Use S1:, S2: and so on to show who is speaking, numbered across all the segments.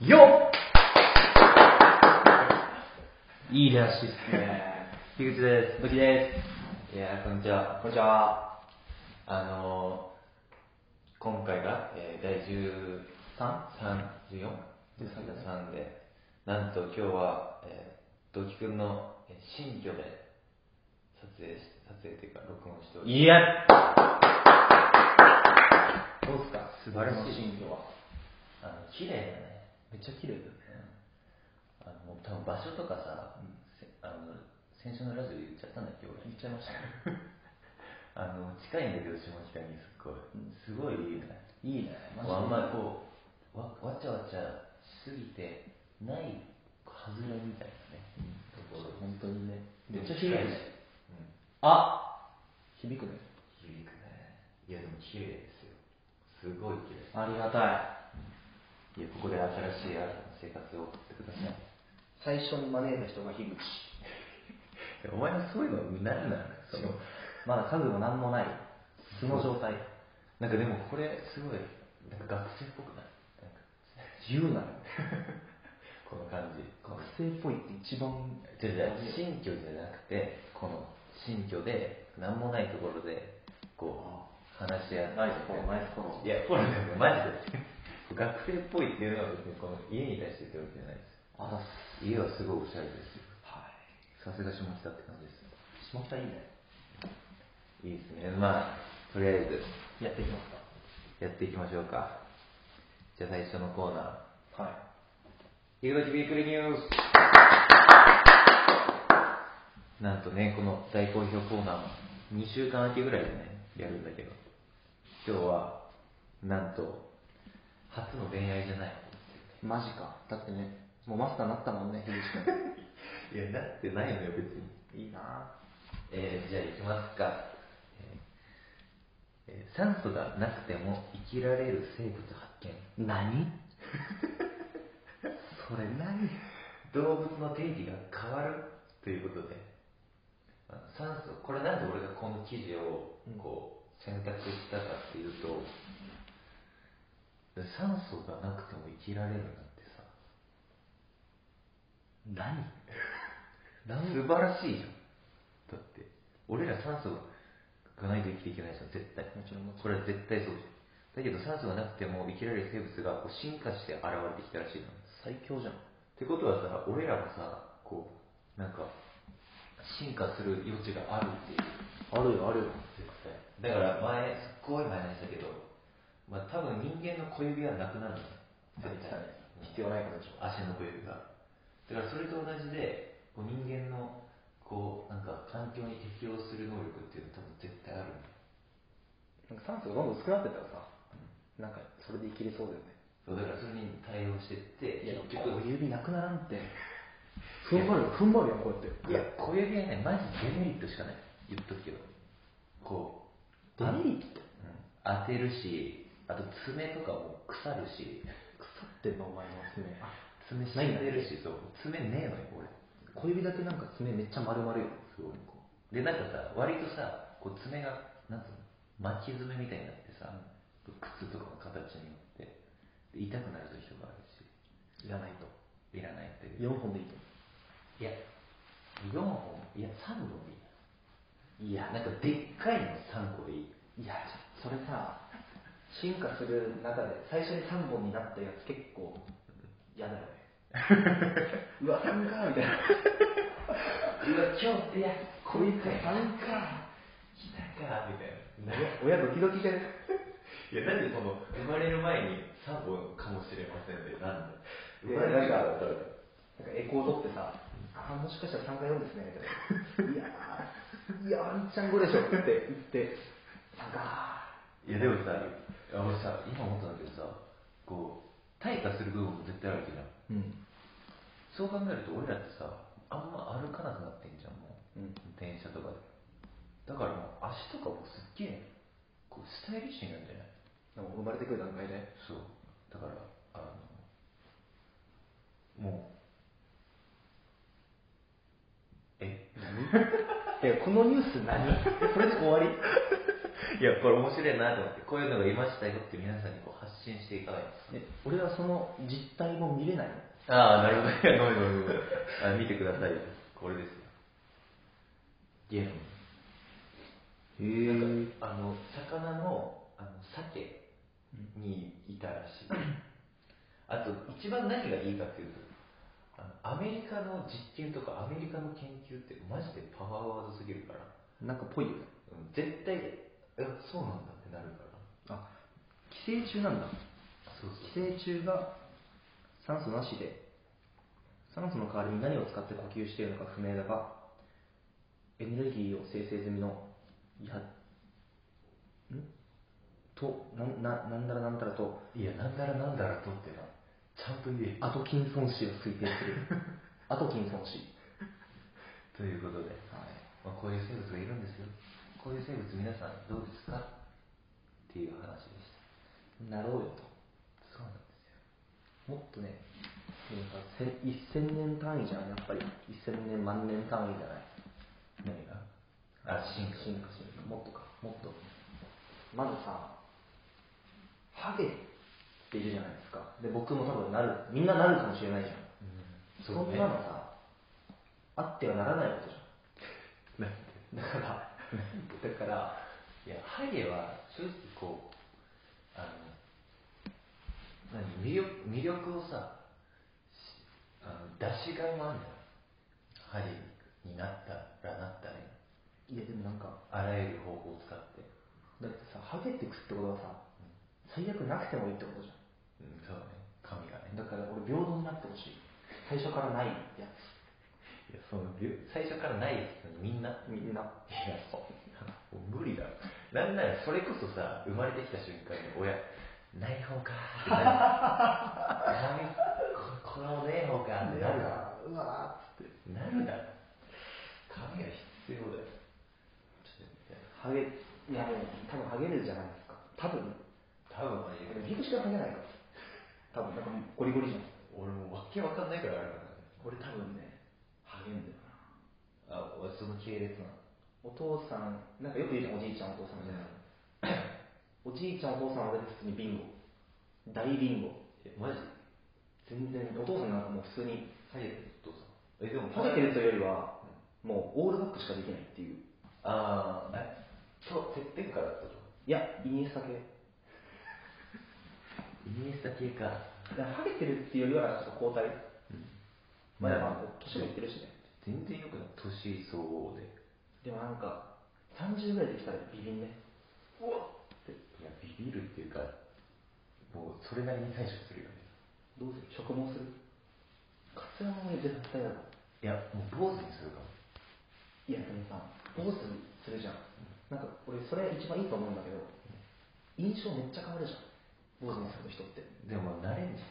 S1: よ
S2: いい出だしですね。樋口です。ドキです。いやー、こんにちは。
S1: こんにちは。
S2: あのー、今回が、えー、第 13?3?14? 13で、なんと今日は、えー、ドキくんのえー新居で撮影し、撮影というか録音しております。
S1: いやどうですか素晴らしい新居は。
S2: あの、綺麗だね。
S1: めっちゃ綺麗だよね。
S2: あの、もう多分場所とかさ、せあの、先週のラジオ言っちゃったんだっけ、俺。
S1: 言っちゃいましたね。
S2: あの、近いんだけど、下北にすっごい。すごいいいね。
S1: いいね。
S2: こうあんまりこう、わ、わちゃわちゃしすぎて、ない、はずれみたいなね。ところ
S1: 本当にね。め
S2: め
S1: っ
S2: っ
S1: ち
S2: ち
S1: ゃ
S2: ゃ
S1: 響
S2: 響
S1: く
S2: く
S1: ね
S2: ね。
S1: あ響くね。
S2: 響くね。いや、でも綺麗ですよ。すごい綺麗。
S1: ありがたい。
S2: いや、ここで新しい新たな生活を送ってくださ
S1: 最
S2: い。
S1: 初に招いた人が樋口。
S2: お前のそういうの何なのその
S1: まだ家具も何もない。素の状態。
S2: なんかでもこれすごい、なんか学生っぽくないなんか
S1: 自由な の。
S2: この感じ。
S1: 学生っぽいって一番。
S2: 違う違う新居じゃなくてこの新居で何もないところでこう話し合って
S1: ナイスフォローナイスフォロー
S2: いやフォローじゃないマジで学生っぽいっていうのは別にこの家に対してってわけじゃないです
S1: あざっす。
S2: 家はすごいおしゃれですよ
S1: はい。
S2: さすが下北って感じです
S1: 下北いいね。
S2: いいですねまあとりあえず
S1: やっていきます
S2: やっていきましょうかじゃあ最初のコーナー
S1: か。はい。
S2: ひぐときびっくりニュースなんとね、この大好評コーナーも2週間空きぐらいでね、やるんだけど、今日は、なんと、初の恋愛じゃない。
S1: マジか。だってね、もうマスターになったもんね、樋口
S2: いや、なってないのよ、別に。
S1: 君。 いいな
S2: えー、じゃあ行きますか。えーえー酸素がなくても生きられる生物発見。
S1: 何 それ何
S2: 動物の定義が変わるということであの酸素これなんで俺がこの記事をこう選択したかっていうと酸素がなくても生きられるなんてさ
S1: 何
S2: 素晴らしいじゃんだって俺ら酸素がないと生きていけないじゃん絶対
S1: もちろんもち
S2: これは絶対そうじゃんだけど酸素がなくても生きられる生物がこう進化して現れてきたらしいの
S1: 最強じゃん。
S2: ってことはさ俺らもさこうなんか進化する余地があるっていう
S1: あるよ、あるよ。
S2: 絶対だから前すっごい前でしたけど、まあ、多分人間の小指はなくなるの絶対
S1: 必要ないことでし
S2: 足の小指がだからそれと同じでこう人間のこうなんか環境に適応する能力っていうのは多分絶対ある
S1: ょ。な
S2: の
S1: んか酸素がどんどん薄くなってったらさ、なんかそれで生きれそうだよね。
S2: そうだからそれに対応してって
S1: いや、
S2: 結局
S1: 小指なくならん って。踏ん張るよ、踏ん張るよ、こうやって。
S2: いや小指はねマジデメリットしかない言っとくけどこう
S1: デメリット
S2: うん当てるしあと爪とかも腐るし
S1: 腐ってんの、お前の爪。
S2: 爪死んでるしそう爪ねえのよ俺
S1: 小指だけなんか爪めっちゃ丸々よ。
S2: すごいこうでなんかさ割とさこう爪がなんつうの巻き爪みたいになってさ、靴とかの形によってで痛くなる時とかあるし
S1: いらないと。
S2: いらないっていう
S1: 4本でいいと。
S2: いや4本いや3本でいい
S1: いや
S2: なんかでっかいの3個でいい
S1: いや、それさ、進化する中で最初に3本になったやつ結構嫌 だよね。うわ、3かみたいな。
S2: うわ今日いや
S1: こいつ3か。
S2: 来たかみたいな
S1: 親ドキドキじゃね
S2: いや、なんでこの、生まれる前に3本かもしれませんで、なん
S1: い
S2: で
S1: やなんかなんかエコー取ってさ、あ、もしかしたら3か4ですね、みた いな。いやー、いや、ワンチャン5でしょって言って、3か
S2: いや、でもさ、俺さ、今思ったんだけどさ、こう、退化する部分も絶対あるわけじゃ
S1: う
S2: ん。
S1: ん。
S2: そう考えると、俺らってさ、あんま歩かなくなってんじゃん、もう。
S1: うん
S2: 電車とかで。だからもう、足とかもすっげえ、こう、スタイリッシュになるんじゃない
S1: なんか生まれてくる段階で。
S2: そう。だから、あの、もう、え
S1: え、このニュース何それで終わり
S2: いや、これ面白いなと思って、こういうのがいましたよって皆さんにこう発信していかないと。
S1: え俺はその実態も見れないの
S2: ああ、なるほど。いやごめんごめんごめん あ。見てくださいよ。これですよ。ゲーム。
S1: へ
S2: なんか、あの、魚の、あの、鮭にいたらしい。あと、一番何がいいかっていうと、あのアメリカの実験とかアメリカの研究ってマジでパワーワードすぎるから、
S1: なんかぽいよね
S2: うん絶対、え、そうなんだってなるから。
S1: あ寄生虫なんだ
S2: そうそう。
S1: 寄生虫が酸素なしで酸素の代わりに何を使って呼吸しているのか不明だがエネルギーを生成済みのいやんとなんななんだらなんたらと
S2: いや、なんだらなんだらとってな、ちゃんと言えよ。
S1: アトキンソン氏を推定するアトキンソン氏
S2: ということで、まあ、こういう生物がいるんですよ。こういう生物皆さんどうですかっていう話でした。
S1: なろうよと
S2: そうなんですよ。
S1: もっとねでもさせん1000年単位じゃんやっぱり1000年万年単位じゃない
S2: 何があ、進化。
S1: 進化進化もっとかもっとまずさハゲっているじゃないですかで僕も多分なるみんななるかもしれないじゃんそ,、
S2: うん、そうんね。
S1: なのさあってはならないことじゃ
S2: なん
S1: んだ
S2: で
S1: からだから
S2: いや、ハゲは正直こう、あの、何魅力魅力をさ、しあの出しがいもあるんだよ。ハゲになったらなったらい
S1: い
S2: い。
S1: やでもなんか
S2: あらゆる方法を使って。
S1: だってさハゲてくってことはさ最悪なくてもいいってことじゃ
S2: うん、そうね。髪がね。
S1: んだから俺平等になってほしい最初からないや
S2: いや、その、びゅ最初からないですよね、みんな。い
S1: つみんな
S2: や、そう。 もう無理だろ。なんなら、それこそさ、生まれてきた瞬間に、親、ない方かーっ てなる。ないここれもねえ方かーってなるだろ。
S1: うわーっつって
S2: なるだろ。髪が必要だよ。ちょっと待って
S1: ハゲ、いや、でも多分ハゲるじゃないですか。多分、
S2: 多分マジで、
S1: リクシからハゲないから。多分、なんかゴリゴリじゃん。
S2: 俺もうわけわかんないからあるからね。
S1: 俺多分ね、ハゲんだよな。
S2: あ、俺その系列なの。
S1: お父さん、なんかよく言うじゃん、おじいちゃん、お父さんみたいな。 おじいちゃん、お父さんは俺普通にビンゴ。大ビンゴ。
S2: え、マジ
S1: 全然、お父さんなんかもう普通に、
S2: ハゲてるお父さん。え、でも、
S1: ハゲてるというよりは、もうオールバックしかできないっていう。
S2: あー、え、そう、てっぺんからだったと
S1: いや、イニエスタ系。
S2: イニエスタ系か。
S1: だからハゲてるっていうよりは、ちょっと交代。まあ、やっぱ、年もいってるしね。
S2: 全然よくない。年相応で。
S1: でもなんか、30ぐらいできたらビビんね。うわって。
S2: いや、ビビるっていうか、もうそれなりに対処するよね。
S1: どうする食毛するカツラもね絶対だろ
S2: いや、もう坊主にするかも。
S1: いやでもさ坊主するじゃんなんか俺それ一番いいと思うんだけど印象めっちゃ変わるじゃん坊主にする人って
S2: でも、慣れんじゃん。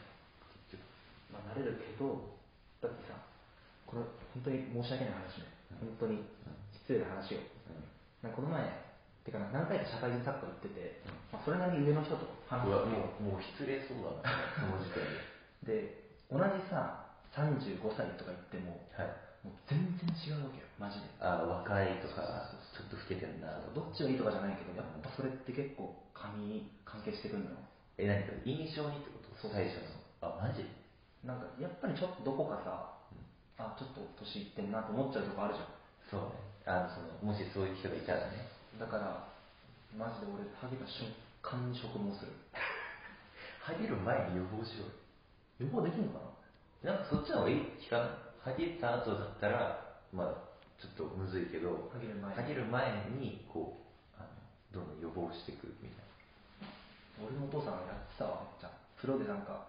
S2: 結局
S1: まあ慣れるけどだってさこれ本当に申し訳ない話ね本当に失礼な話をなんかこの前てかな何回か社会人サッカー行ってて、まあ、それなりに上の人と話
S2: う
S1: す
S2: わ、もう、もう失礼そうだな、その時点で。
S1: で同じさ35歳とか言っても
S2: はい。
S1: もう全然違うわけよマジで
S2: あー、若いとか、ちょっと老けてんなと
S1: ど
S2: か。
S1: っちがいいとかじゃないけど、やっぱそれって結構髪に関係してくるのよ。
S2: え、何か印象にってこと
S1: そうそうそう
S2: 最初の。あ、マジ
S1: なんかやっぱりちょっとどこかさ、あ、ちょっと年いってんなと思っちゃうとこあるじゃん。
S2: そうね。あの、その、もしそういう人がいたらね。
S1: だから、マジで俺、ハゲた瞬間に植毛する。
S2: ハゲる前に予防しろよ。
S1: 予防できるのかな
S2: なんかそっちの方がいい聞かないハゲた後だったら、まあちょっとむずいけど、
S1: ハゲる前
S2: ハゲる前に、こう、あの、どんどん予防していくみたい
S1: 俺のお父さんがやってたわ、めっちゃ。プロでなんか、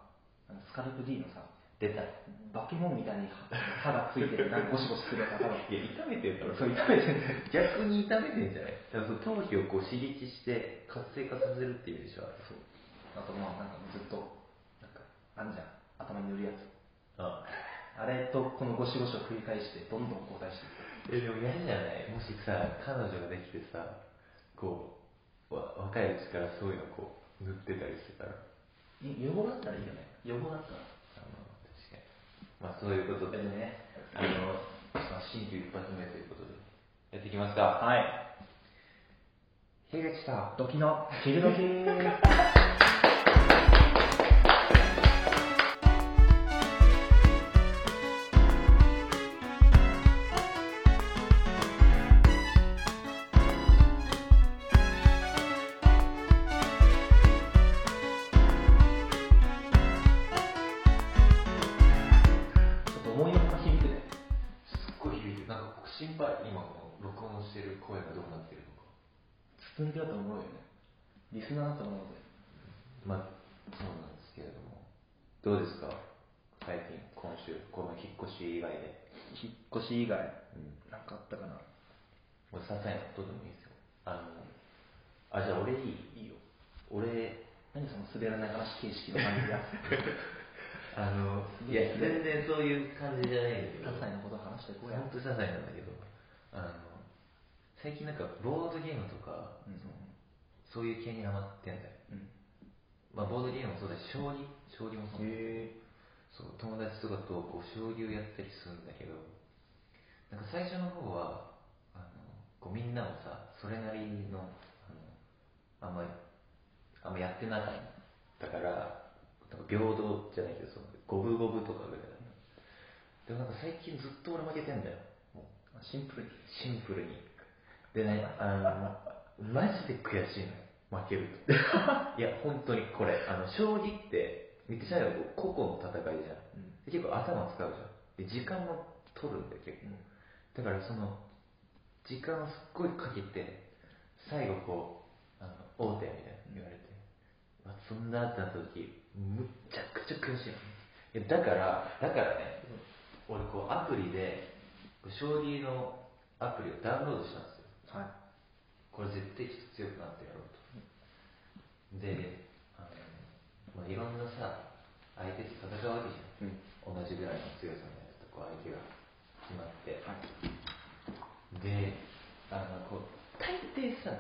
S1: あのスカルプ D のさ、
S2: な。出た。
S1: バケモンみたいに歯がついてる、なんかゴシゴシするやつ、歯が。
S2: いや、痛めてるだろ、
S1: そ
S2: そ
S1: う、
S2: れ。
S1: 痛めてる。
S2: 逆に痛めてるんじゃないだからその頭皮をこう刺激して活性化させるっていう意味でしょ。そう。
S1: あとまあ、なんかずっと、なんか、あんじゃん。頭に塗るやつ。
S2: ああ。
S1: あれとこのゴシゴシを繰り返してどんどん交代していく
S2: え、でも嫌じゃないもしさ、彼女ができてさ、こう、わ若いうちからそういうのこう、塗ってたりしてたら、あの、
S1: い予防だったらいいよね予防だったら
S2: 確かに。まあそういうことで
S1: でもね
S2: あの、まあ、新旧一発目ということで、やっていきますか。。
S1: はい
S2: 出てきた。
S1: ドキの昼ドキちょっと思いのほか響くね
S2: すっごい響いてる。なんか僕心配、今この録音してる声がどうなってるのか。
S1: 包んでだと思うよねリスナーだと思うので
S2: まあ、そうなんですけれども。どうですか最近、今週、この引っ越し以外で。
S1: 引っ越し以外
S2: うん。
S1: なんかあったかな
S2: もう些細なことでもいいですよ。あの、あ、じゃあ俺いいいいよ。俺、
S1: 何その滑らない話形式の感 じが
S2: あの、いや、全然そういう感じじゃないんだけど。
S1: 関西のことを話していこうや
S2: 本当に些細なんだけど、あの、最近なんかボードゲームとか、
S1: うん
S2: そういう系にハマってんだよ。
S1: うん
S2: まあボードゲームもそうだし、将棋将棋もそう
S1: へ
S2: そう、友達とかとこう将棋をやったりするんだけど、なんか最初の方は、あのこうみんなをさ、それなりの、あのあんまり、あんまやってなかったから、なんか平等じゃないけど、その五分五分とかぐらいだったでもなんか最近ずっと俺負けてんだよ。もう
S1: あシンプルに
S2: シンプルに。でね、あの、マジで悔しいのよ。負けると。いや、本当にこれ、あの、将棋って、言ってしまえばこう個々の戦いじゃん。
S1: うん
S2: で結構頭使うじゃん。で、時間も取るんだよ、結構。だからその、時間をすっごいかけて、最後こう、あの、王手みたいな言われて、まあ、そんなってなった時、むっちゃくちゃ悔しいの。いや、だから、だからね、俺こうアプリで、こう将棋のアプリをダウンロードしたんですよ。
S1: はい
S2: これ絶対強くなってやろうと。で、あの、まあ、いろんなさ、相手と戦うわけじゃん。
S1: うん
S2: 同じぐらいの強さのやつとこう相手が決まって、
S1: はい
S2: であのこう大抵さ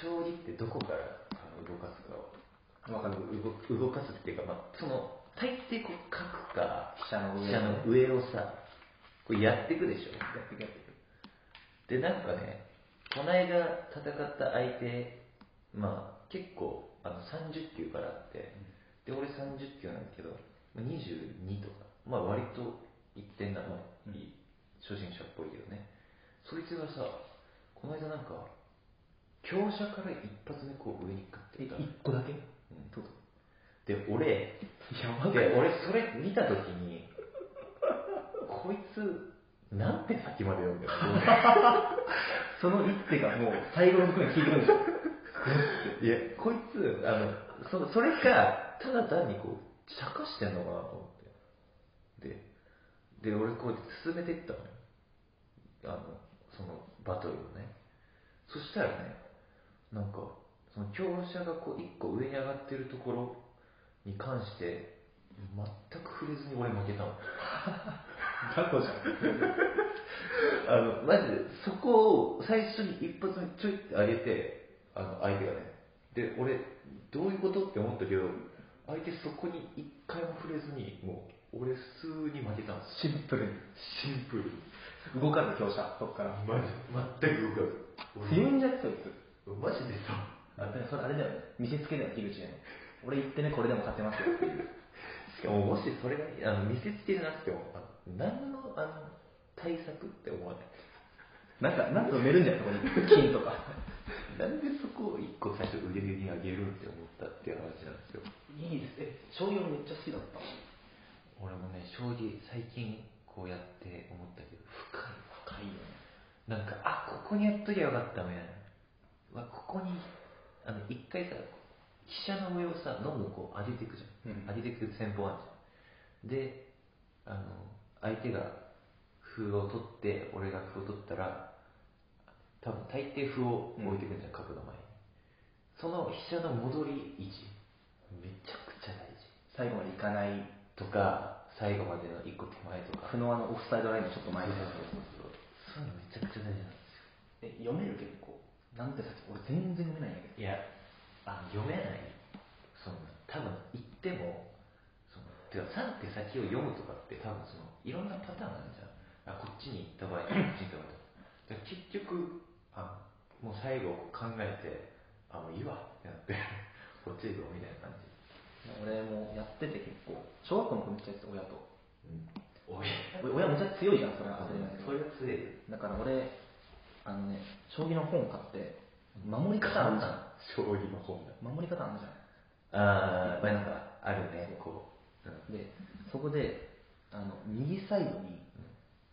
S2: 将棋ってどこからあの動かすかを
S1: わかる
S2: 動く動かすっていうか、まあ、その大抵こう角か
S1: 飛車の上
S2: 飛車の上をさこうやっていくでしょ
S1: やってくやってく
S2: でなんかねこの間戦った相手まあ結構あの30球からあってで俺30球なんだけどまあ22とかまあ割と一点なの、
S1: うん
S2: いい初心者っぽいけどねそいつがさこの間なんか強者から一発目こう上に食
S1: え
S2: ってた
S1: 一個だけ
S2: うん
S1: どうぞ
S2: で俺
S1: やば
S2: で俺それ見た時にこいつなんて先まで読んだよ
S1: その一手がもう最後のところに効いてくるんですよ
S2: いや、こいつ、あの、そそれか、ただ単にこう、茶化してんのかなと思って。で、で、俺こうやって進めていったのよ。あの、そのバトルをね。そしたらね、なんか、その強者がこう、一個上に上がってるところに関して、全く触れずに俺負けたの。
S1: 雑魚じゃん
S2: あの、マジで、そこを最初に一発目ちょいって上げて、あの、相手がね。で、俺、どういうことって思ったけど、相手そこに一回も触れずに、もう、俺、普通に負けたんです
S1: シンプルに
S2: シンプルに。
S1: 動かず強者そっから
S2: マジで、全く動かず。
S1: 強いんじゃねそいつ
S2: 俺マジでさ、
S1: あでもそれあれだよね見せつけだよ樋口への俺言ってねこれでも勝てますよっていう
S2: しかも、もしそれが、あの、見せつけじゃなくても、あの何の、あの、対策って思わない。
S1: なんかなんか埋めるんじゃないそこに金とか
S2: なんでそこを一個最初腕に上げるんって思ったっていう話なんですよ。
S1: いいですえ将棋俺めっちゃ好きだった
S2: 俺もね将棋最近こうやって思ったけど深
S1: 深いよね
S2: いなんかあここにやっときゃよかったみたいなうわここにあの一回さ飛車の上をさどんどんこう上げていくじゃん、
S1: うん
S2: 上げていく戦法あるじゃんであの相手が歩を取って俺が歩を取ったら多分大抵歩を置いていくんじゃん、角の前にその飛車の戻り位置めちゃくちゃ
S1: 最
S2: 大事
S1: 後までいかない
S2: とか最後までの一個手前とか
S1: 不能あのオフサイドラインのちょっと前
S2: そう
S1: で
S2: そうそうそういう
S1: え読
S2: のめちゃくちゃ大事なんで
S1: める結構なんてさ俺全然読めないんだけ
S2: すよいやあの読めないその多分言ってもそのてか3手先を読むとかって多分そのいろんなパターンあるじゃんあこっちに行った場合こっちに行った場合だから結局あのもう最後考えてあ、もういいわってなって、こっちへ行こうみたいな感じ。
S1: 俺もやってて結構、小学校の子めっちゃやってて親と。
S2: おい、
S1: お親めっちゃ強いから、それは当たり前だけど
S2: それは強いよ。
S1: だから俺、あのね、将棋の本買って、守り方あるじゃん。
S2: 将棋の本だ。
S1: 守り方あるじゃん。
S2: あー、まあなんか、あるね、こう。うん
S1: でそこであの右サイドに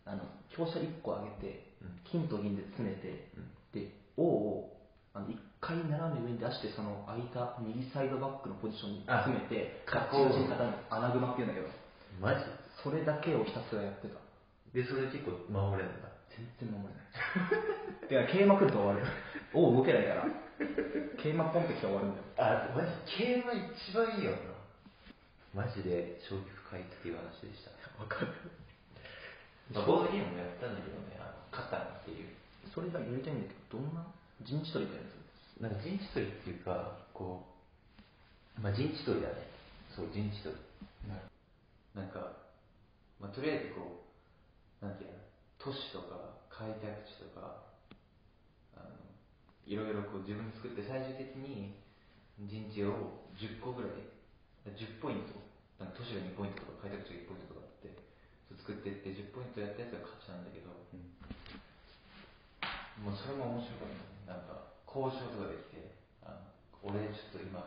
S1: あの香車1個上げて
S2: うん
S1: 金と銀で詰めて、
S2: うん
S1: で王をあの1回斜め上に出してその空いた右サイドバックのポジションに
S2: あ
S1: 詰めて
S2: 囲
S1: ガチ
S2: う
S1: ガチに固める穴熊っていうんだけど
S2: マジ
S1: それだけをひたすらやってた
S2: で、それ結構守れるんだ。
S1: 全然守れないだ から桂馬来ると終わる王動けないから桂馬ポンってきたら終わるんだよ
S2: あ、マジ、桂馬一番いいよな。マジで、将棋深いっていう話でした。わかる。まあ、ボードゲームもやったんだけどね、あの、カタンっていう。
S1: それがやりたいんだけどどんな陣地取りみたいなや
S2: なんか陣地取りっていうか、こう、まあ陣地取りだね。そう、陣地取り。なんか、まあとりあえずこう、なんていうの、都市とか開拓地とか、あの、いろいろこう自分で作って最終的に陣地を10個ぐらい、10ポイント、なんか都市が2ポイントとか開拓地が1ポイントとかあって、作ってって10ポイントやったやつが勝ちなんだけど、もうそれも面白かったねなんか交渉とかできてあの俺ちょっと今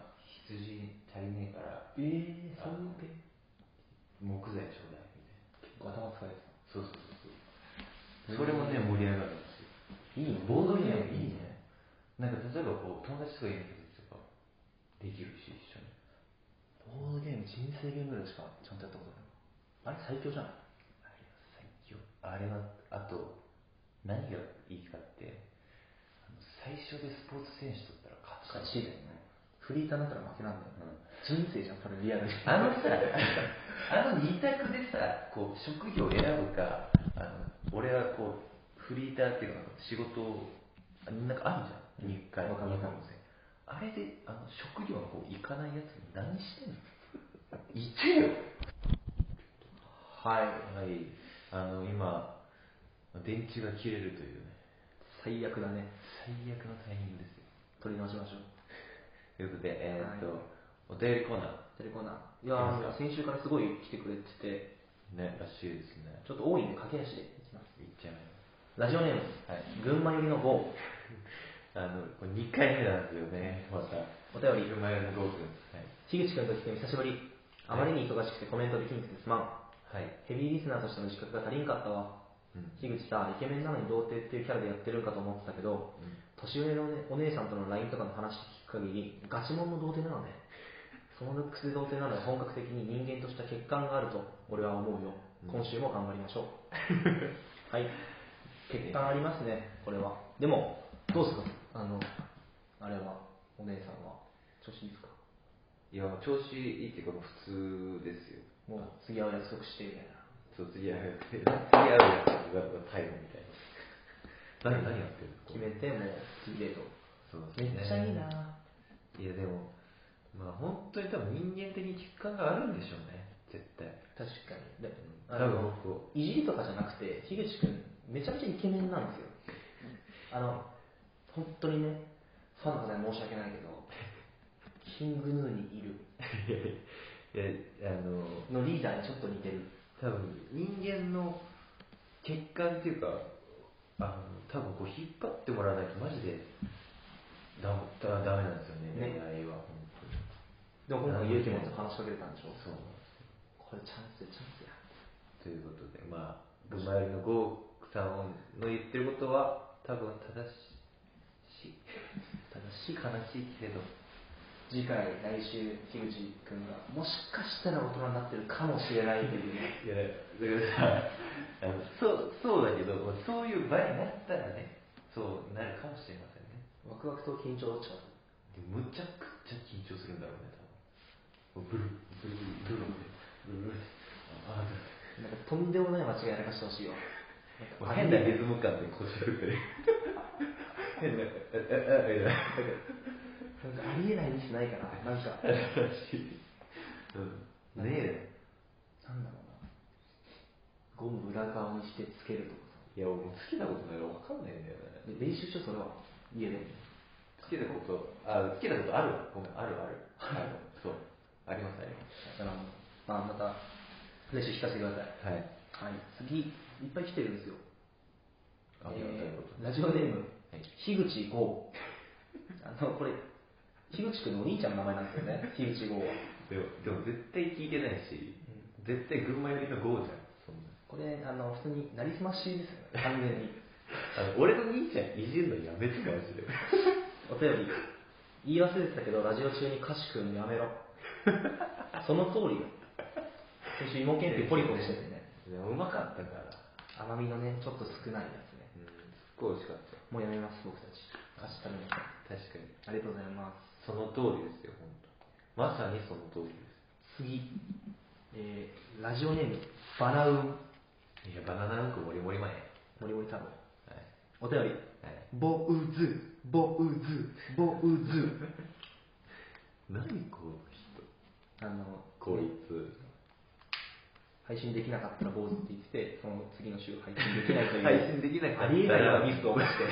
S2: 羊足りねえから
S1: つえ
S2: ーそういう系木材ちょうだいみ
S1: 結構
S2: たいな
S1: 頭使えてた
S2: そうそうそうそうそれもね盛り上がるんです
S1: い
S2: よ
S1: いね
S2: ボードゲームいいねなんか例えばこう友達とかいる時とかできるし一緒に
S1: ボードゲーム人生ゲームぐらいしかちゃんとやったことないあれ最強じゃん
S2: あれは最強あれはあと何がいいかってあの最初でスポーツ選手取ったら
S1: 勝
S2: 勝
S1: ち
S2: ち
S1: だよねフリーターだったら負けなんだよ、
S2: うん
S1: 人生じゃんそれリアルに
S2: あのさ、あの二択でさ、こう職業を選ぶか、あの俺はこうフリーターっていうのは仕事を、あなんかあるじゃん、日課
S1: わかるわかる
S2: あれであの職業の方行かないやつに何してんの行けよ
S1: はい
S2: はい、あの今、電池が切れるというね、
S1: 最悪だね
S2: 最悪のタイミングですよ。
S1: 取り直しましょう
S2: ということで、えーっと、
S1: はい
S2: お便りコーナ
S1: テレコーナーいやーもう先週からすごい来てくれてて
S2: ー、ね、らしいですね。
S1: ちょっと多いんで駆け足でいきます
S2: 行っちゃいます。
S1: ラジオネーム、
S2: はい
S1: 群馬寄りの某
S2: あの、これ2回目なんですよね、また。
S1: お便り
S2: り、マヨのゴーくん。はい。
S1: 樋口君と来て久しぶりあまりに忙しくてコメントできなくてすまん
S2: はい。
S1: ヘビーリスナーとしての資格が足りんかったわ、
S2: うん
S1: 樋口さイケメンなのに童貞っていうキャラでやってるんかと思ってたけど、
S2: うん
S1: 年上のね、お姉さんとの LINE とかの話聞く限りガチモンの童貞なのねそのルックスで童貞なのは本格的に人間とした欠陥があると俺は思うよ今週も頑張りま しょう、はい欠陥ありますねこれはでもどうですかあのあれはお姉さんは調子いいですか
S2: いや、調子いいっていうか、もう普通ですよ。
S1: もう次会う約束してみたいな
S2: そう、次会うやつ、次会うやつが最後みたいな。何、何やってる
S1: 決めてもう次デート
S2: そう
S1: めっちゃいいない
S2: や、でも、まあ本当に多分人間的に欠陥があるんでしょうね、絶 対。
S1: 確かにで
S2: うん
S1: あの
S2: 多分僕
S1: いじりとかじゃなくて樋口くんめちゃめちゃイケメンなんですよあの本当にねファンの方に申し訳ないけどキングヌーにいる
S2: いや、あの、
S1: のリーダーにちょっと似てる
S2: 多分人間の欠陥っていうかあの多分こう引っ張ってもらわないとマジでダメダダメなんですよね
S1: ね
S2: 恋愛は本
S1: でも今回勇気持って話しかけてたんでしょ
S2: 当にそうなん
S1: これチャンスでチャンスや
S2: ですということでまあルマエルのゴーさんの言ってることは多分正しい正しい悲しいけれど
S1: 次回来週樋口くんがもしかしたら大人になってるかもしれないというね
S2: いやだからさあのそうそうだけどまあそういう場になったらねそうなるかもしれませんね
S1: ワクワクと緊張どっちか
S2: でむちゃくちゃ緊張するんだろうね多分ブルブルブルブルブルブルああ
S1: なんかとんでもない間違いやらかしてほしいよなんか
S2: 変なリズム感で腰振ってる変なええええ
S1: なんかありえないミスないからなんか
S2: えしいうんねえ
S1: なんだろうな。ゴム裏側にしてつけるとか
S2: いや俺もう好きなことないから分かんないんだよ
S1: さ。
S2: ね
S1: で練習しよう、それは。家で。
S2: つけたこと、あ、つけたことあるごめん、あるある。あるそう。ありますあり
S1: だから、ま
S2: ま
S1: あ、また、ぜひ聞かせてください。
S2: す。は
S1: はい、
S2: い。
S1: 次、いっぱい来てるんですよ。
S2: ありがたいこと
S1: えーラジオネーム、
S2: はい
S1: 樋口剛。あの、これ、樋口くんのお兄ちゃんの名前なんですよね、樋口剛は。
S2: でも、でも絶対聞いてないし、絶対群馬寄りのゴーじゃん。そんな。
S1: これ、あの、普通になりすましですよね、完全に。
S2: あの俺の兄ちゃんいじるのやめてかもしれない。
S1: お便り、言い忘れてたけど、ラジオ中に歌詞くんやめ ろ。その通りよ。先週、芋けんぴポリポリしててね、
S2: でもうまかったから。
S1: 甘みのね、ちょっと少ないやつね。
S2: うん、すっごい美味しかった。
S1: もうやめます、僕たち。歌詞食べません。
S2: 確かに。
S1: ありがとうございます。
S2: その通りですよ、本当。まさにその通りです。
S1: 次、えーラジオネーム、バナウン、
S2: いや、バナナウンコもりもり前。はい。
S1: モリモリ太郎。お便り、
S2: はい。
S1: ボウズ、ボウズ、ボウズ。
S2: 何この人。
S1: あの、
S2: こいつ。
S1: 配信できなかったら坊主って言ってて、その次の 週配信できないという。
S2: 配信できなかったら
S1: ありえないようなミスを犯して。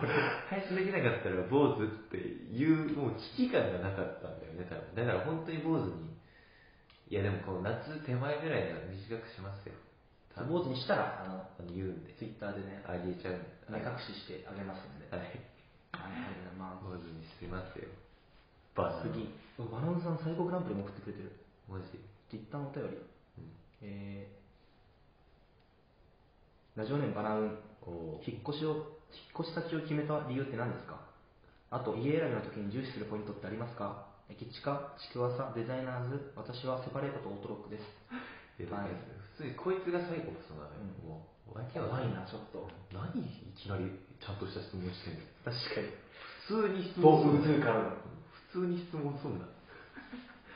S2: 俺、配信できなかったら坊主っていう、もう危機感がなかったんだよね、多分。だから本当に坊主に。いや、でもこの夏手前ぐらいなら短くしますよ。多分
S1: 坊主にしたら、あの、
S2: あの言うんで。
S1: ツイッターでね、
S2: あげちゃうんで。
S1: 目隠ししてあげますんで。
S2: は
S1: はい、
S2: い。
S1: ありがとうございま
S2: 坊主にしてますよ。バナナ。
S1: す。次、バナウンさん最高グランプリも送ってくれてる。
S2: マジ。
S1: 一旦お便り、
S2: うん
S1: えー、ラジオネームバナウン
S2: おー
S1: 引っ越しを引っ越し先を決めた理由って何ですかあと家選びの時に重視するポイントってありますか駅地下、ちくわさ、デザイナーズ、私はセパレートとオートロックです。
S2: いやだ
S1: は
S2: から
S1: い
S2: 普通にこいつが最後そなのよ、
S1: うん
S2: もうわけ
S1: や
S2: わか
S1: ばい
S2: ん
S1: な、ちょっと。
S2: 何いきなりちゃんとした質問してんの
S1: 確かに。
S2: 普通に質
S1: ボ
S2: 問
S1: ウ
S2: す
S1: ズ
S2: んな
S1: からの。
S2: 普通に質問すんな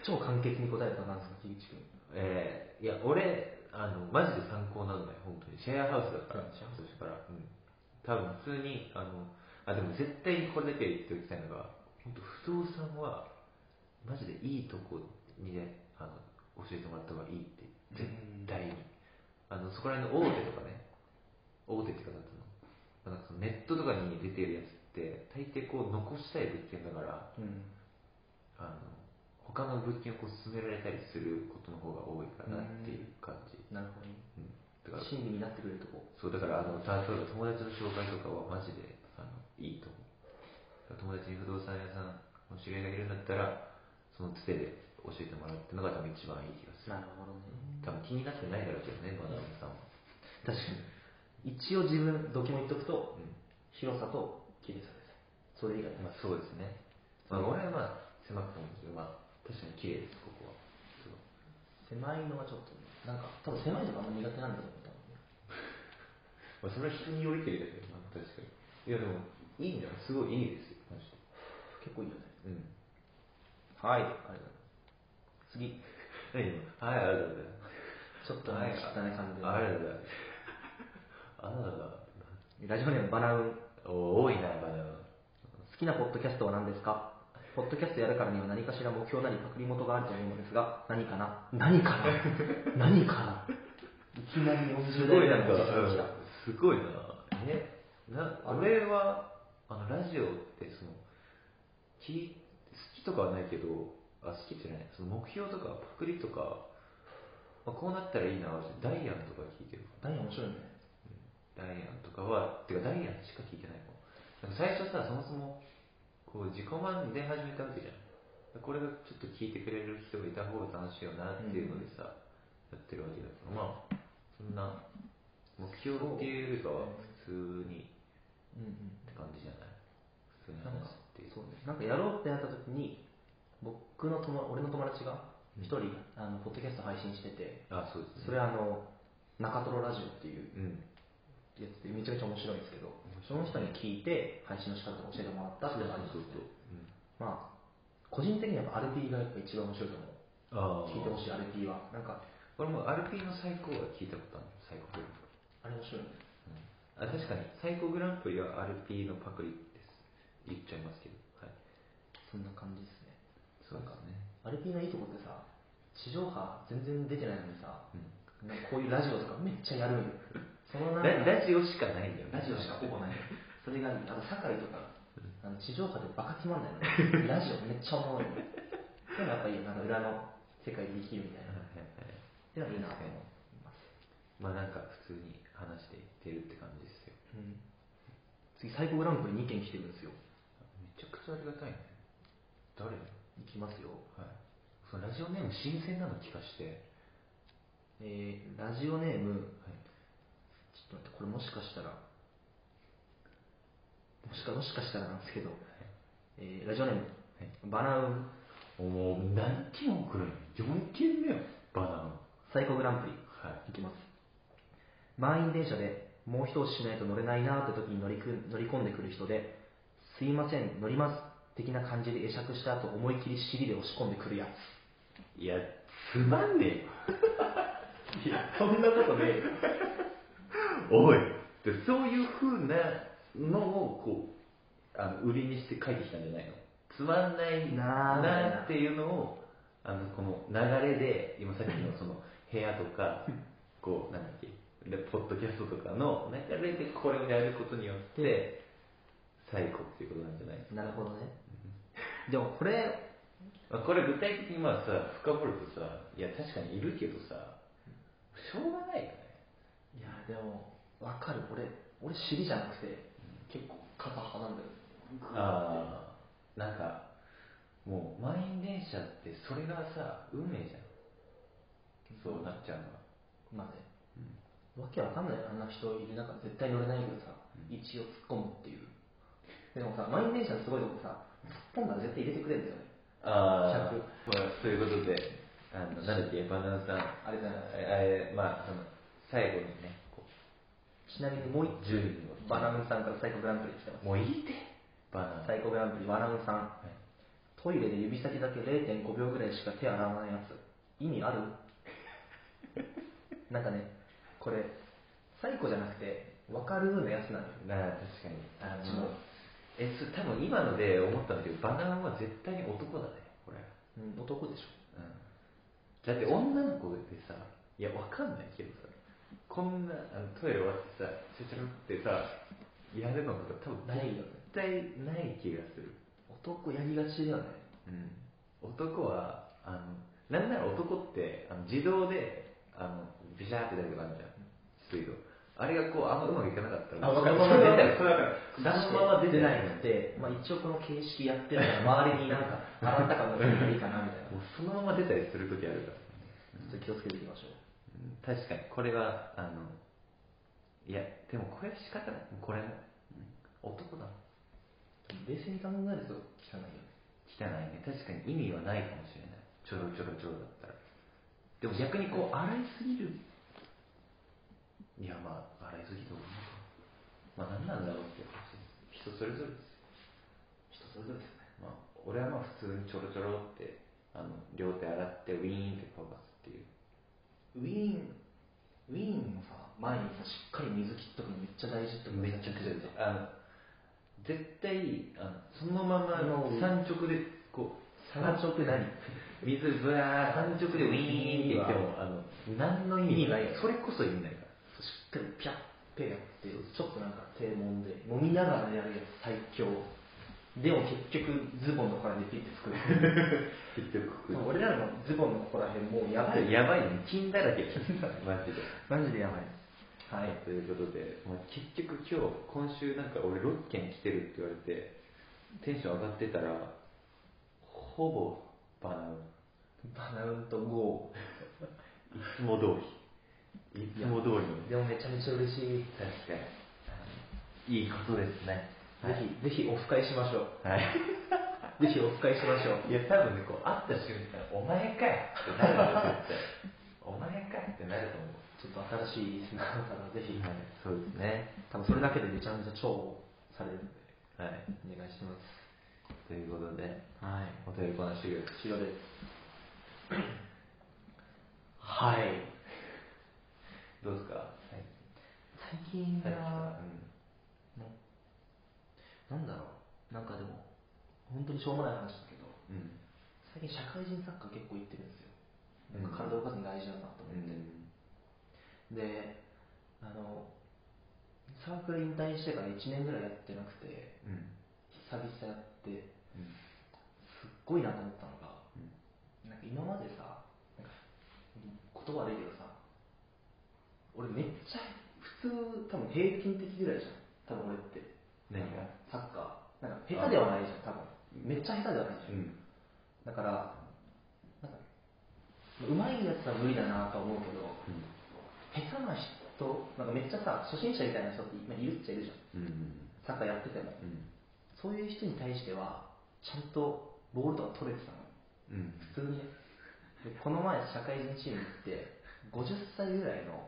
S1: 超簡潔に答えたなんですか、樋口君。
S2: えー、いや俺あのマジで参考なんだよ本当にシェアハウスだから、
S1: うん
S2: シェアハウスだから、うん、多分普通にあのあでも絶対にこれだけ言っておきたいのが本当不動産はマジでいいとこにねあの教えてもらった方がいいって絶対にあのそこら辺の大手とかね大手っていうかなんていうのまあなんかそのネットとかに出てるやつって大抵こう残したい物件だから
S1: うん。
S2: あの他の物件をこう勧められたりすることの方が多いかなっていう感じ、
S1: なるほ
S2: うんだ
S1: ど
S2: から
S1: ね。親身になってくれるとこ。
S2: そうだからあのた例えば友達の紹介とかはマジであのいいと思う友達に不動産屋さんの知り合いがいるんだったらそのつてで教えてもらうってのが多分一番いい気がする
S1: なるほどね。
S2: 多分気になってないだろうけどねバナナさんは、
S1: 確かに。一応自分、どきも言っとくと、
S2: うん
S1: 広さと綺麗さです。それ以外は
S2: まあ、そうですね、まあ、俺はまあ狭くてもいいけどまあ確かに綺麗ですここはそう
S1: 狭いのはちょっとね、なんか、多分狭いのがあんま苦手なんだと思う多分ね。
S2: まあ、それは人によりけりだけどな、確かに。いや、でも、いいんだよ。すごいいいですよ、マジで。
S1: 結構いいよね。
S2: うん。
S1: はい。ありがとうございます。次、
S2: 何今はい、あれだね。
S1: ちょっとね、汚い感じで、
S2: あれだね。あれだね。
S1: ラジオネームバナウン。
S2: お多いな、バナナ。
S1: 好きなポッドキャストは何ですかポッドキャストやるからには何かしら目標なりパクリ元があると思うのですが、何かな何かな 何かないきなり
S2: す
S1: 40
S2: ごい
S1: 代
S2: なんか、
S1: ぐ
S2: う
S1: らいのおじさんが来
S2: ん
S1: た。
S2: すごいな。え、な、俺は、あの、ラジオって、その、き好きとかはないけど、あ、好きじゃない。その目標とか、パクリとか、まあ、こうなったらいいな、俺ダイアンとか聞いてるから。
S1: 何面白いね。
S2: ダイアンとかは、てかダイアンしか聞いてないもん。なんか最初さ、そもそも、こう自己満で始めたわけじゃん。これがちょっと聞いてくれる人がいた方が楽しいよなっていうのでさ、やってるわけだから、まあ、そんな、目標っていうよりかは普通に
S1: うんうん。
S2: って感じじゃない普通に
S1: なんか
S2: 話すっていう。
S1: そうね、なんかやろうってなった時に僕の友俺の友達が一人、あのポッドキャスト配信してて
S2: あ、そうですね。
S1: それあの中トロラジオっていう
S2: うん。
S1: やつでめちゃめちゃ面白いんですけどその人に聞いて配信の仕方を教えてもらったっていう感じ
S2: そう
S1: です
S2: そうそう
S1: ね。まあ個人的にはやっぱ RP がやっぱ一番面白いと思う
S2: うん、あ
S1: 聞いてほしい RP はなんか
S2: 俺も RP の最高は聞いたことある最高というか
S1: あれ面白いね
S2: あ確かに最高グランプリは RP のパクリです言っちゃいますけどはい
S1: そんな感じですね
S2: そうですね
S1: RP のいいとこってさ地上波全然出てないのにさ
S2: うん
S1: なんかこういうラジオとかめっちゃやる んよそのなんか
S2: ララジオしかないんだよね
S1: ラジオしかほぼない。それが、あの、酒井とか、あの地上波でバカつまんない の、ね、ラジオめっちゃおもろいの、ね、でもやっぱりなんか裏の世界で生きるみたいなではいいなと思います、
S2: まあなんか普通に話していってるって感じですよ
S1: うん、次最高グランプリ2件来てるんですよ
S2: めちゃくちゃありがたいね誰
S1: いきますよ
S2: はいそのラジオネーム新鮮なの聞かして
S1: えー、ラジオネーム
S2: はい
S1: ちょっと待ってこれもしかしたらもしかもしかしたらなんですけど、えー、ラジオネーム、バナウン
S2: もう何件送るの ?4 件目よバナナの
S1: 最高グランプリ
S2: はい
S1: きます満員電車でもう一押ししないと乗れないなーって時に乗りく乗り込んでくる人ですいません乗ります的な感じで会釈した後思いっきり尻で押し込んでくるやつ
S2: いやつまんねえよ
S1: いやそんなことね
S2: おいでそういうふうなのをこうあの売りにして書いてきたんじゃないのつまんない
S1: なあ
S2: なっていうのをあのこの流れで今さっきのその部屋とかこうなんだっけでポッドキャストとかの流れでこれをやることによって最高っていうことなんじゃない
S1: なるほどねでもこれ
S2: まあ、これ具体的にまあさ深掘るとさいや確かにいるけどさしょうがないよね
S1: いやでも分かる俺俺尻じゃなくて結構肩派なんだよ
S2: ああなんかもう満員電車ってそれがさ運命じゃんそうなっちゃうの
S1: ま
S2: は
S1: あね、わけわかんないあんな人いる中絶対乗れないけどさ、一応突っ込むっていうでもさ満員電車のすごいとこさ突っ込んだら絶対入れてくれるんだよね
S2: ああ
S1: 尺
S2: ということであのなんだっけバナナさん
S1: ありがとうございます
S2: ええまあその最後にねこ
S1: ちなみにもう
S2: う
S1: 一
S2: 順位を
S1: バナムさんから最高グランプリ来てます
S2: もういいってバナナ
S1: 最高グランプリバナムさん、トイレで指先だけ0.5秒ぐらいしか手洗わないやつ意味あるなんかねこれ最高じゃなくて分かるのやつなのよ
S2: なあ確かにあ
S1: ちょっ
S2: の
S1: と
S2: えそ多分今ので思ったんだけどバナナは絶対に男だねこれ、う
S1: うん男でしょ
S2: ん、だって女の子でさいやわかんないけどさこんなあのトイレ終わってさちょちょってさやるのとか多分
S1: ないよね
S2: 絶対ない気がする、
S1: 男やりがちだよね
S2: うん、男はあのなんなら男ってあの自動であのビシャーって出るのあるじゃん水道あれがこうあんまうまくいかなかったら
S1: あわかる
S2: そのまま出たらそ
S1: 出
S2: のまま出
S1: してて
S2: な
S1: ないい
S2: の
S1: ので、まあ、一応この形式やってるから周りになんか洗ったかもいいかなみたいな
S2: もうそのまま出たりするときあるから、
S1: ちょっと気をつけていきましょう
S2: うん確かにこれはあのいやでもこれは仕方ないこれも、うん男だ
S1: 冷静に考えると汚いよね
S2: 汚いね確かに意味はないかもしれないちょろちょろちょろだったらでも逆にこう洗いすぎるいやまあ洗いすぎてもいいのかまあ何なんだろうって話人それぞれですよ
S1: 人それぞれですね
S2: まあ、俺はまあ普通にちょろちょろってあの両手洗ってウィーンってパパすっていう
S1: ウィーンウィーンもさ前にさしっかり水切っとくのめっちゃ大事ってこと
S2: め
S1: だ
S2: ち
S1: よね
S2: ゃくちゃですあの絶対あのそのままの
S1: うん
S2: 三直でこう
S1: 三直何
S2: 水ぶらー三直でウィーンって言って
S1: う
S2: もあの何の意味もない
S1: 意味ないよ
S2: それこそ意味ないから
S1: しっかりピャッペやってちょっとなんか低門で飲みながらやるやつ最強でも結局ズボンのここら辺でピッて 作る
S2: 結局
S1: 俺らのズボンのここら辺もうやばい
S2: やばいね金だらけマジで
S1: マジでやばい
S2: はいということで、まあ、結局今日今週なんか俺6件来てるって言われてテンション上がってたらほぼバナナ
S1: バナウント5
S2: いつも通りいつも通り の
S1: でもめちゃめちゃ嬉しい、
S2: 確かにいいことですねはい、
S1: ぜひぜひオフ会しましょ
S2: はい、
S1: うぜひオフ会しましょう
S2: いや多分ねこう会った瞬間「お前かい!」ってなると思ってお前かい!」ってなると思う
S1: ちょっと新しいリスナーからぜひ、
S2: そうですね
S1: 多分それだけでめちゃめちゃ重宝されるんで
S2: はい
S1: お願いします
S2: ということで
S1: はい
S2: お便りコーナー終了です
S1: 終了ですはい
S2: どうですかはい
S1: 最近
S2: はい
S1: は
S2: うん
S1: ねなんだろうなんかでも本当にしょうもない話だけど
S2: うん
S1: 最近社会人サッカー結構行ってるんですよ、
S2: うん
S1: なんか体動かすの大事だなと思
S2: う
S1: って、
S2: ん
S1: であのサークル引退してから1年ぐらいやってなくて
S2: うん
S1: 久久々やって、すっごいなと思ったのが、なんか今までさ、なんか言葉悪いけどさ、俺めっちゃ普通、多分平均的ぐらいじゃん、多分俺って。
S2: 何が
S1: サッカー。なんか下手ではないじゃん、多分。めっちゃ下手ではないじゃん。
S2: ん
S1: だから、なんか、うまいやつは無理だなとは思うけど、下手な人、なんかめっちゃさ、初心者みたいな人って今いるっちゃいるじゃん。
S2: うん
S1: サッカーやってても。そういう人に対しては、ちゃんとボールとか取れてたの。
S2: うんうん
S1: 普通にね。でこの前、社会人チーム行って、50歳ぐらいの、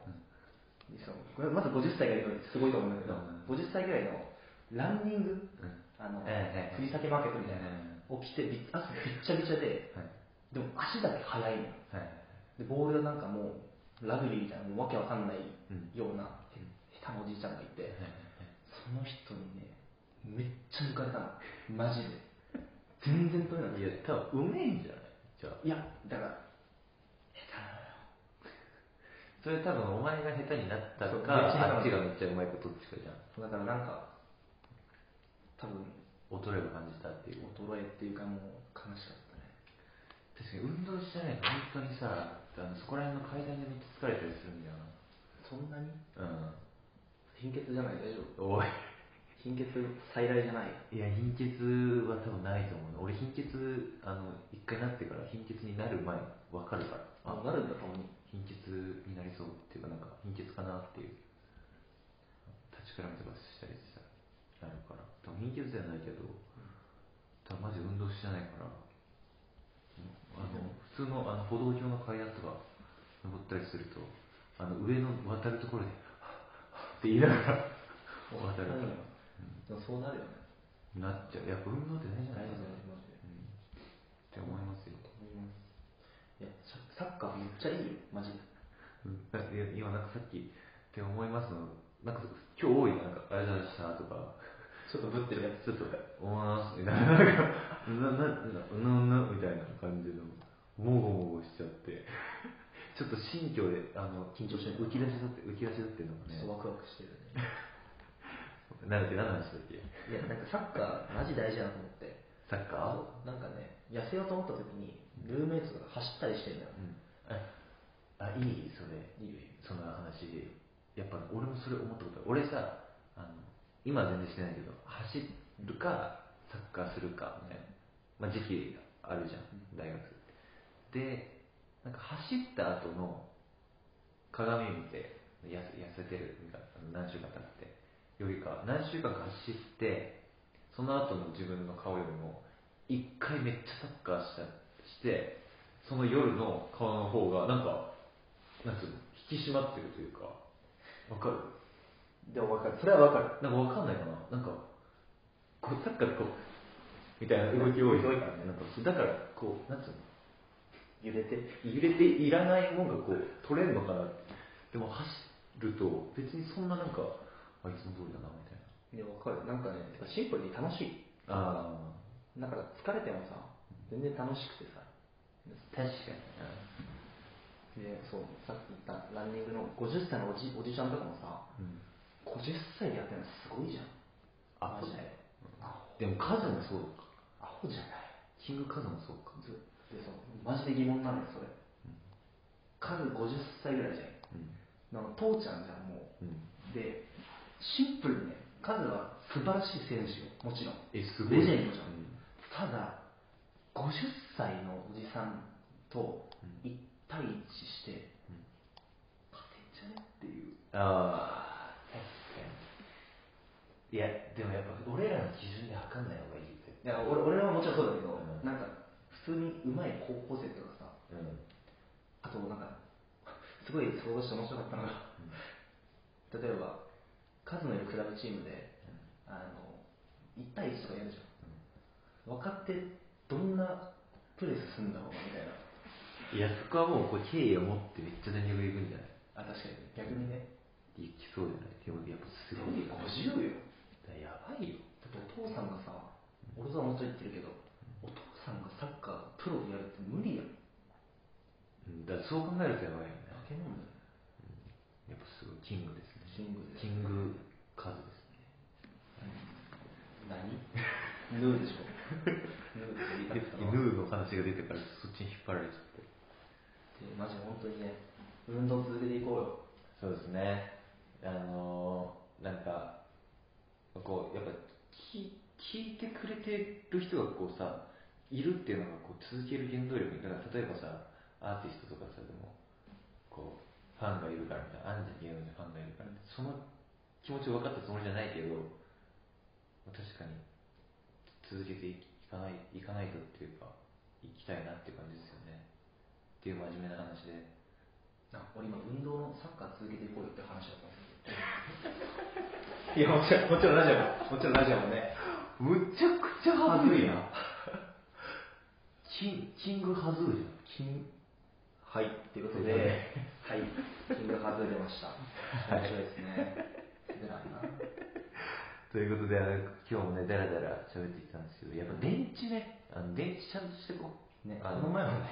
S1: そのこれまず50歳がいるのってすごいと思うんだけど、
S2: う
S1: 50歳ぐらいのランニング、
S2: うん
S1: あの、
S2: ええええ
S1: 振り裂けマーケットみたい
S2: え
S1: な、起きてびっ、汗びっちゃびちゃで、
S2: はい
S1: でも足だけ速いのよ。
S2: はい
S1: で、ボールがなんかもう、ラグビーみたいな、もうわけわかんないような、下手なおじいちゃんがいて、その人にね、めっちゃ抜かれたの。マジで。全然取れなく
S2: いや
S1: て。
S2: 多分うめえんじゃないじゃあ
S1: いや、だから、下
S2: それ多分お前が下手になった
S1: そう
S2: かあっちがめっちゃうまいことどっちかじゃん
S1: 手なのよ。だからなんか、多分、
S2: 衰えを感じたっていう
S1: 衰えっていうかもう悲しかったね。
S2: 確かに運動してないと本当にさあのそこら辺の階段でめっちゃ疲れたりするんだよ
S1: そんなに
S2: な
S1: 貧血じゃない大丈夫。
S2: うんおい
S1: 貧血再来じゃない
S2: いや貧血は多分ないと思う俺貧血あの一回なってから貧血になる前分かるから
S1: あ、なるんだ、たまに。
S2: 貧血になりそうっていうかなんか貧血かなっていう立ちくらみとかしたりしたらなるから多分貧血ではないけど多分マジ運動してないからあの普通のあの歩道橋の階段とか登ったりするとあの上の渡るところで「って言いながら渡るか
S1: うん
S2: ら
S1: でもそうなるよね。
S2: なっちゃうやっぱ運動って大事なんだ
S1: 大
S2: よ
S1: 丈夫だね、マジで。
S2: ねうんって思いますよ
S1: 思いますいや、サッカーめっちゃいいよ、マジで。
S2: だっていや今なんかさっきって思いますのなんか今日多いななんかありがとうございましたとか
S1: ちょっとぶってるや
S2: ちょっと思いますみたいななんかなななななみたいな感じのもごもごしちゃってちょっと心境であの
S1: 緊張してる
S2: 浮き出しだって浮き出しだっていうのが
S1: つ。
S2: ね
S1: ちょっとワクワクしてるね。
S2: なるって何の話だっ
S1: い
S2: け
S1: や、なんかサッカー、マジ大事だなと思って。
S2: サッカ
S1: なんかね、痩せようと思った時に、ルームメイトが走ったりしてんだよ
S2: ー、。うん、ああいいそれ
S1: いいよ、いいよ。
S2: その話やっぱ俺もそれ思ったことある俺さあの今は全然してないけど走るかサッカーするかみたいな、まあ、時期あるじゃん大学でなんか走った後の鏡見て痩せ痩せてるみたいな何週間経ってよりか何週間か走ってその後の自分の顔よりも一回めっちゃサッカーしたしてその夜の顔の方がなんかなんつうの引き締まってるというかわかる
S1: でも分かる。それは分かる。
S2: なんかわかんないかななんかこうサッカーでこうみたいな動き多いからねなんかだからこうなんつうの
S1: 揺れて。
S2: 揺れていらないもんがこう取れるのかなでも走ると別にそんななんかあいつの通りだなみたいない
S1: や、分かる。なんかね、てかシンプルに楽しい。
S2: あ
S1: だから疲れてもさ、全然楽しくてさ。
S2: あ確か
S1: で、そう、さっき言ったランニングの50歳のおじおじちゃんとかもさ、
S2: に、うん、
S1: 50歳でやってるのすごいじゃん。
S2: アホ
S1: マジで。ア
S2: でもカズもそうか
S1: ホアホじゃない。
S2: キングカズもそうか
S1: ずでそうマジで疑問なのよそれカズ50歳ぐらいじゃん
S2: うん
S1: あの父ちゃんじゃんも
S2: うん
S1: うでシンプルにねカズは素晴らしい選手よもちろん
S2: えすごい
S1: レジェンドじゃん
S2: うん
S1: ただ50歳のおじさんと1対1して、
S2: うん
S1: 勝てんじゃねっていう
S2: ああ確かにいやでもやっぱ俺らの基準で測んない方がいいよ絶
S1: いや俺俺はもちろんそうだけど、
S2: うん
S1: なんか普通にうまい高校生とかさ
S2: 対うん
S1: あとなんか、すごい想像して面白かったのが、例えば、カズのいるクラブチームで、あの、1対1とかやるじゃん。分かって、どんなプレスすんだろうな、みたいな。
S2: いやそこはもうこう敬意を持ってめっちゃ全力でいくんじゃな
S1: あ、
S2: い
S1: 確かに。逆にね。
S2: いきそうじゃないでもやっぱすごいよ
S1: 50よ。
S2: だやばいよ
S1: だってお父さんがさ、俺とはもっと言ってるけど、お父さんがサッカー、プロでやるって無理やん。
S2: うんだからそう考えるとやばいよね
S1: 化け物だよ。
S2: やっぱすごいキングですね
S1: キングです
S2: キングカズですね
S1: 何何ヌーでしょ。ヌーっ
S2: で
S1: て
S2: さっき
S1: 言い方
S2: ヌーの話が出てからそっちに引っ張られちゃって
S1: でマジ本当にね、運動続けていこうよ。
S2: そうですねあのーなんかこうやっぱ聞聞いてくれてる人がこうさいるっていうのがこう続ける原動力にだから例えばさアーティストとかさでもこうファンがいるからみたいなアンジェ芸能人ファンがいるからってその気持ちを分かったつもりじゃないけど確かに続けていかないいかないとっていうか行きたいなっていう感じですよねっていう真面目な話で
S1: あ俺今、運動のサッカー続けていこうよって話だったんですよ いや、もちろん、もちろんラジオも、もちろんラジオもね。
S2: むちゃくちゃ
S1: はずい な。
S2: キン、キングハズーじ
S1: 金はいっていうことで、
S2: という
S1: はい、金が外れました。面白いですね。出ないな。
S2: ゃん。ということで、あの今日もね、だらだら喋ってきたんですけど、やっぱ電池ね、あの電池ちゃんとしてこう。
S1: ね
S2: あ
S1: この前もね、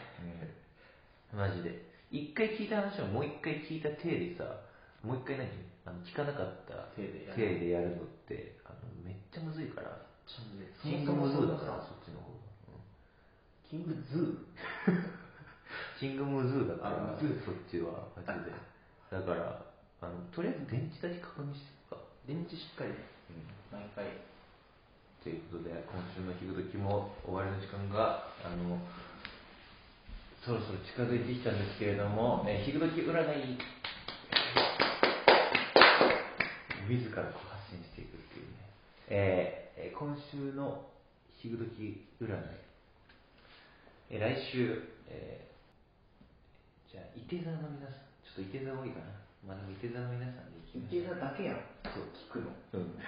S2: うんマジで。一回聞いた話をもう一回聞いた体でさ、もう一回何あの聞かなかった
S1: 手でやる
S2: 体でやるのって、あのめっちゃむずいから、キングムズーだから、そっちの方が。うん
S1: キングズ
S2: キングムズーだから
S1: あ、ムズー
S2: そっちは、マジで。だから、あの、とりあえず電池だけ確認していくか。
S1: ー電池しっかり、毎回、
S2: ということで、今週のひぐときも終わりの時間が、あの、そろそろ近づいてきたんですけれども、えーひぐとき占い、自らこう発信していくっていうね。えーえー今週のひぐとき占い、えー来週、えーじゃあ、いて座の皆さん、ちょっといて座多いかな。まあ、でもいて座の皆さんでいきまし
S1: 池
S2: ょう
S1: 田だけやん。
S2: そう
S1: 聞くの。
S2: うん。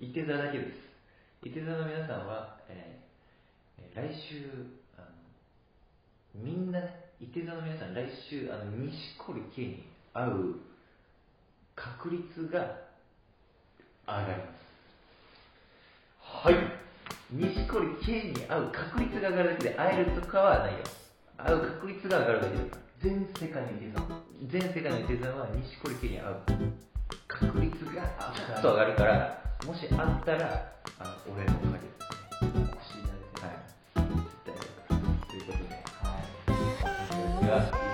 S2: 伊手座だけです。伊手座の皆さんは、えーえー来週、あのみんなね、伊手座の皆さん、来週、あの、西堀圭に会う確率が上がります。
S1: はい。
S2: 西堀圭に会う確率が上がるだけで、会えるとかはないよ。会う確率が上がるだけで。
S1: 全世界の池田。
S2: 全世界の伊手座は西堀圭に会う確率が
S1: 上がる
S2: ちょっと上がるから、もし会ったら、あの俺のおかげです
S1: お
S2: ね。
S1: 知り合いですね。
S2: はい。ということで、はい。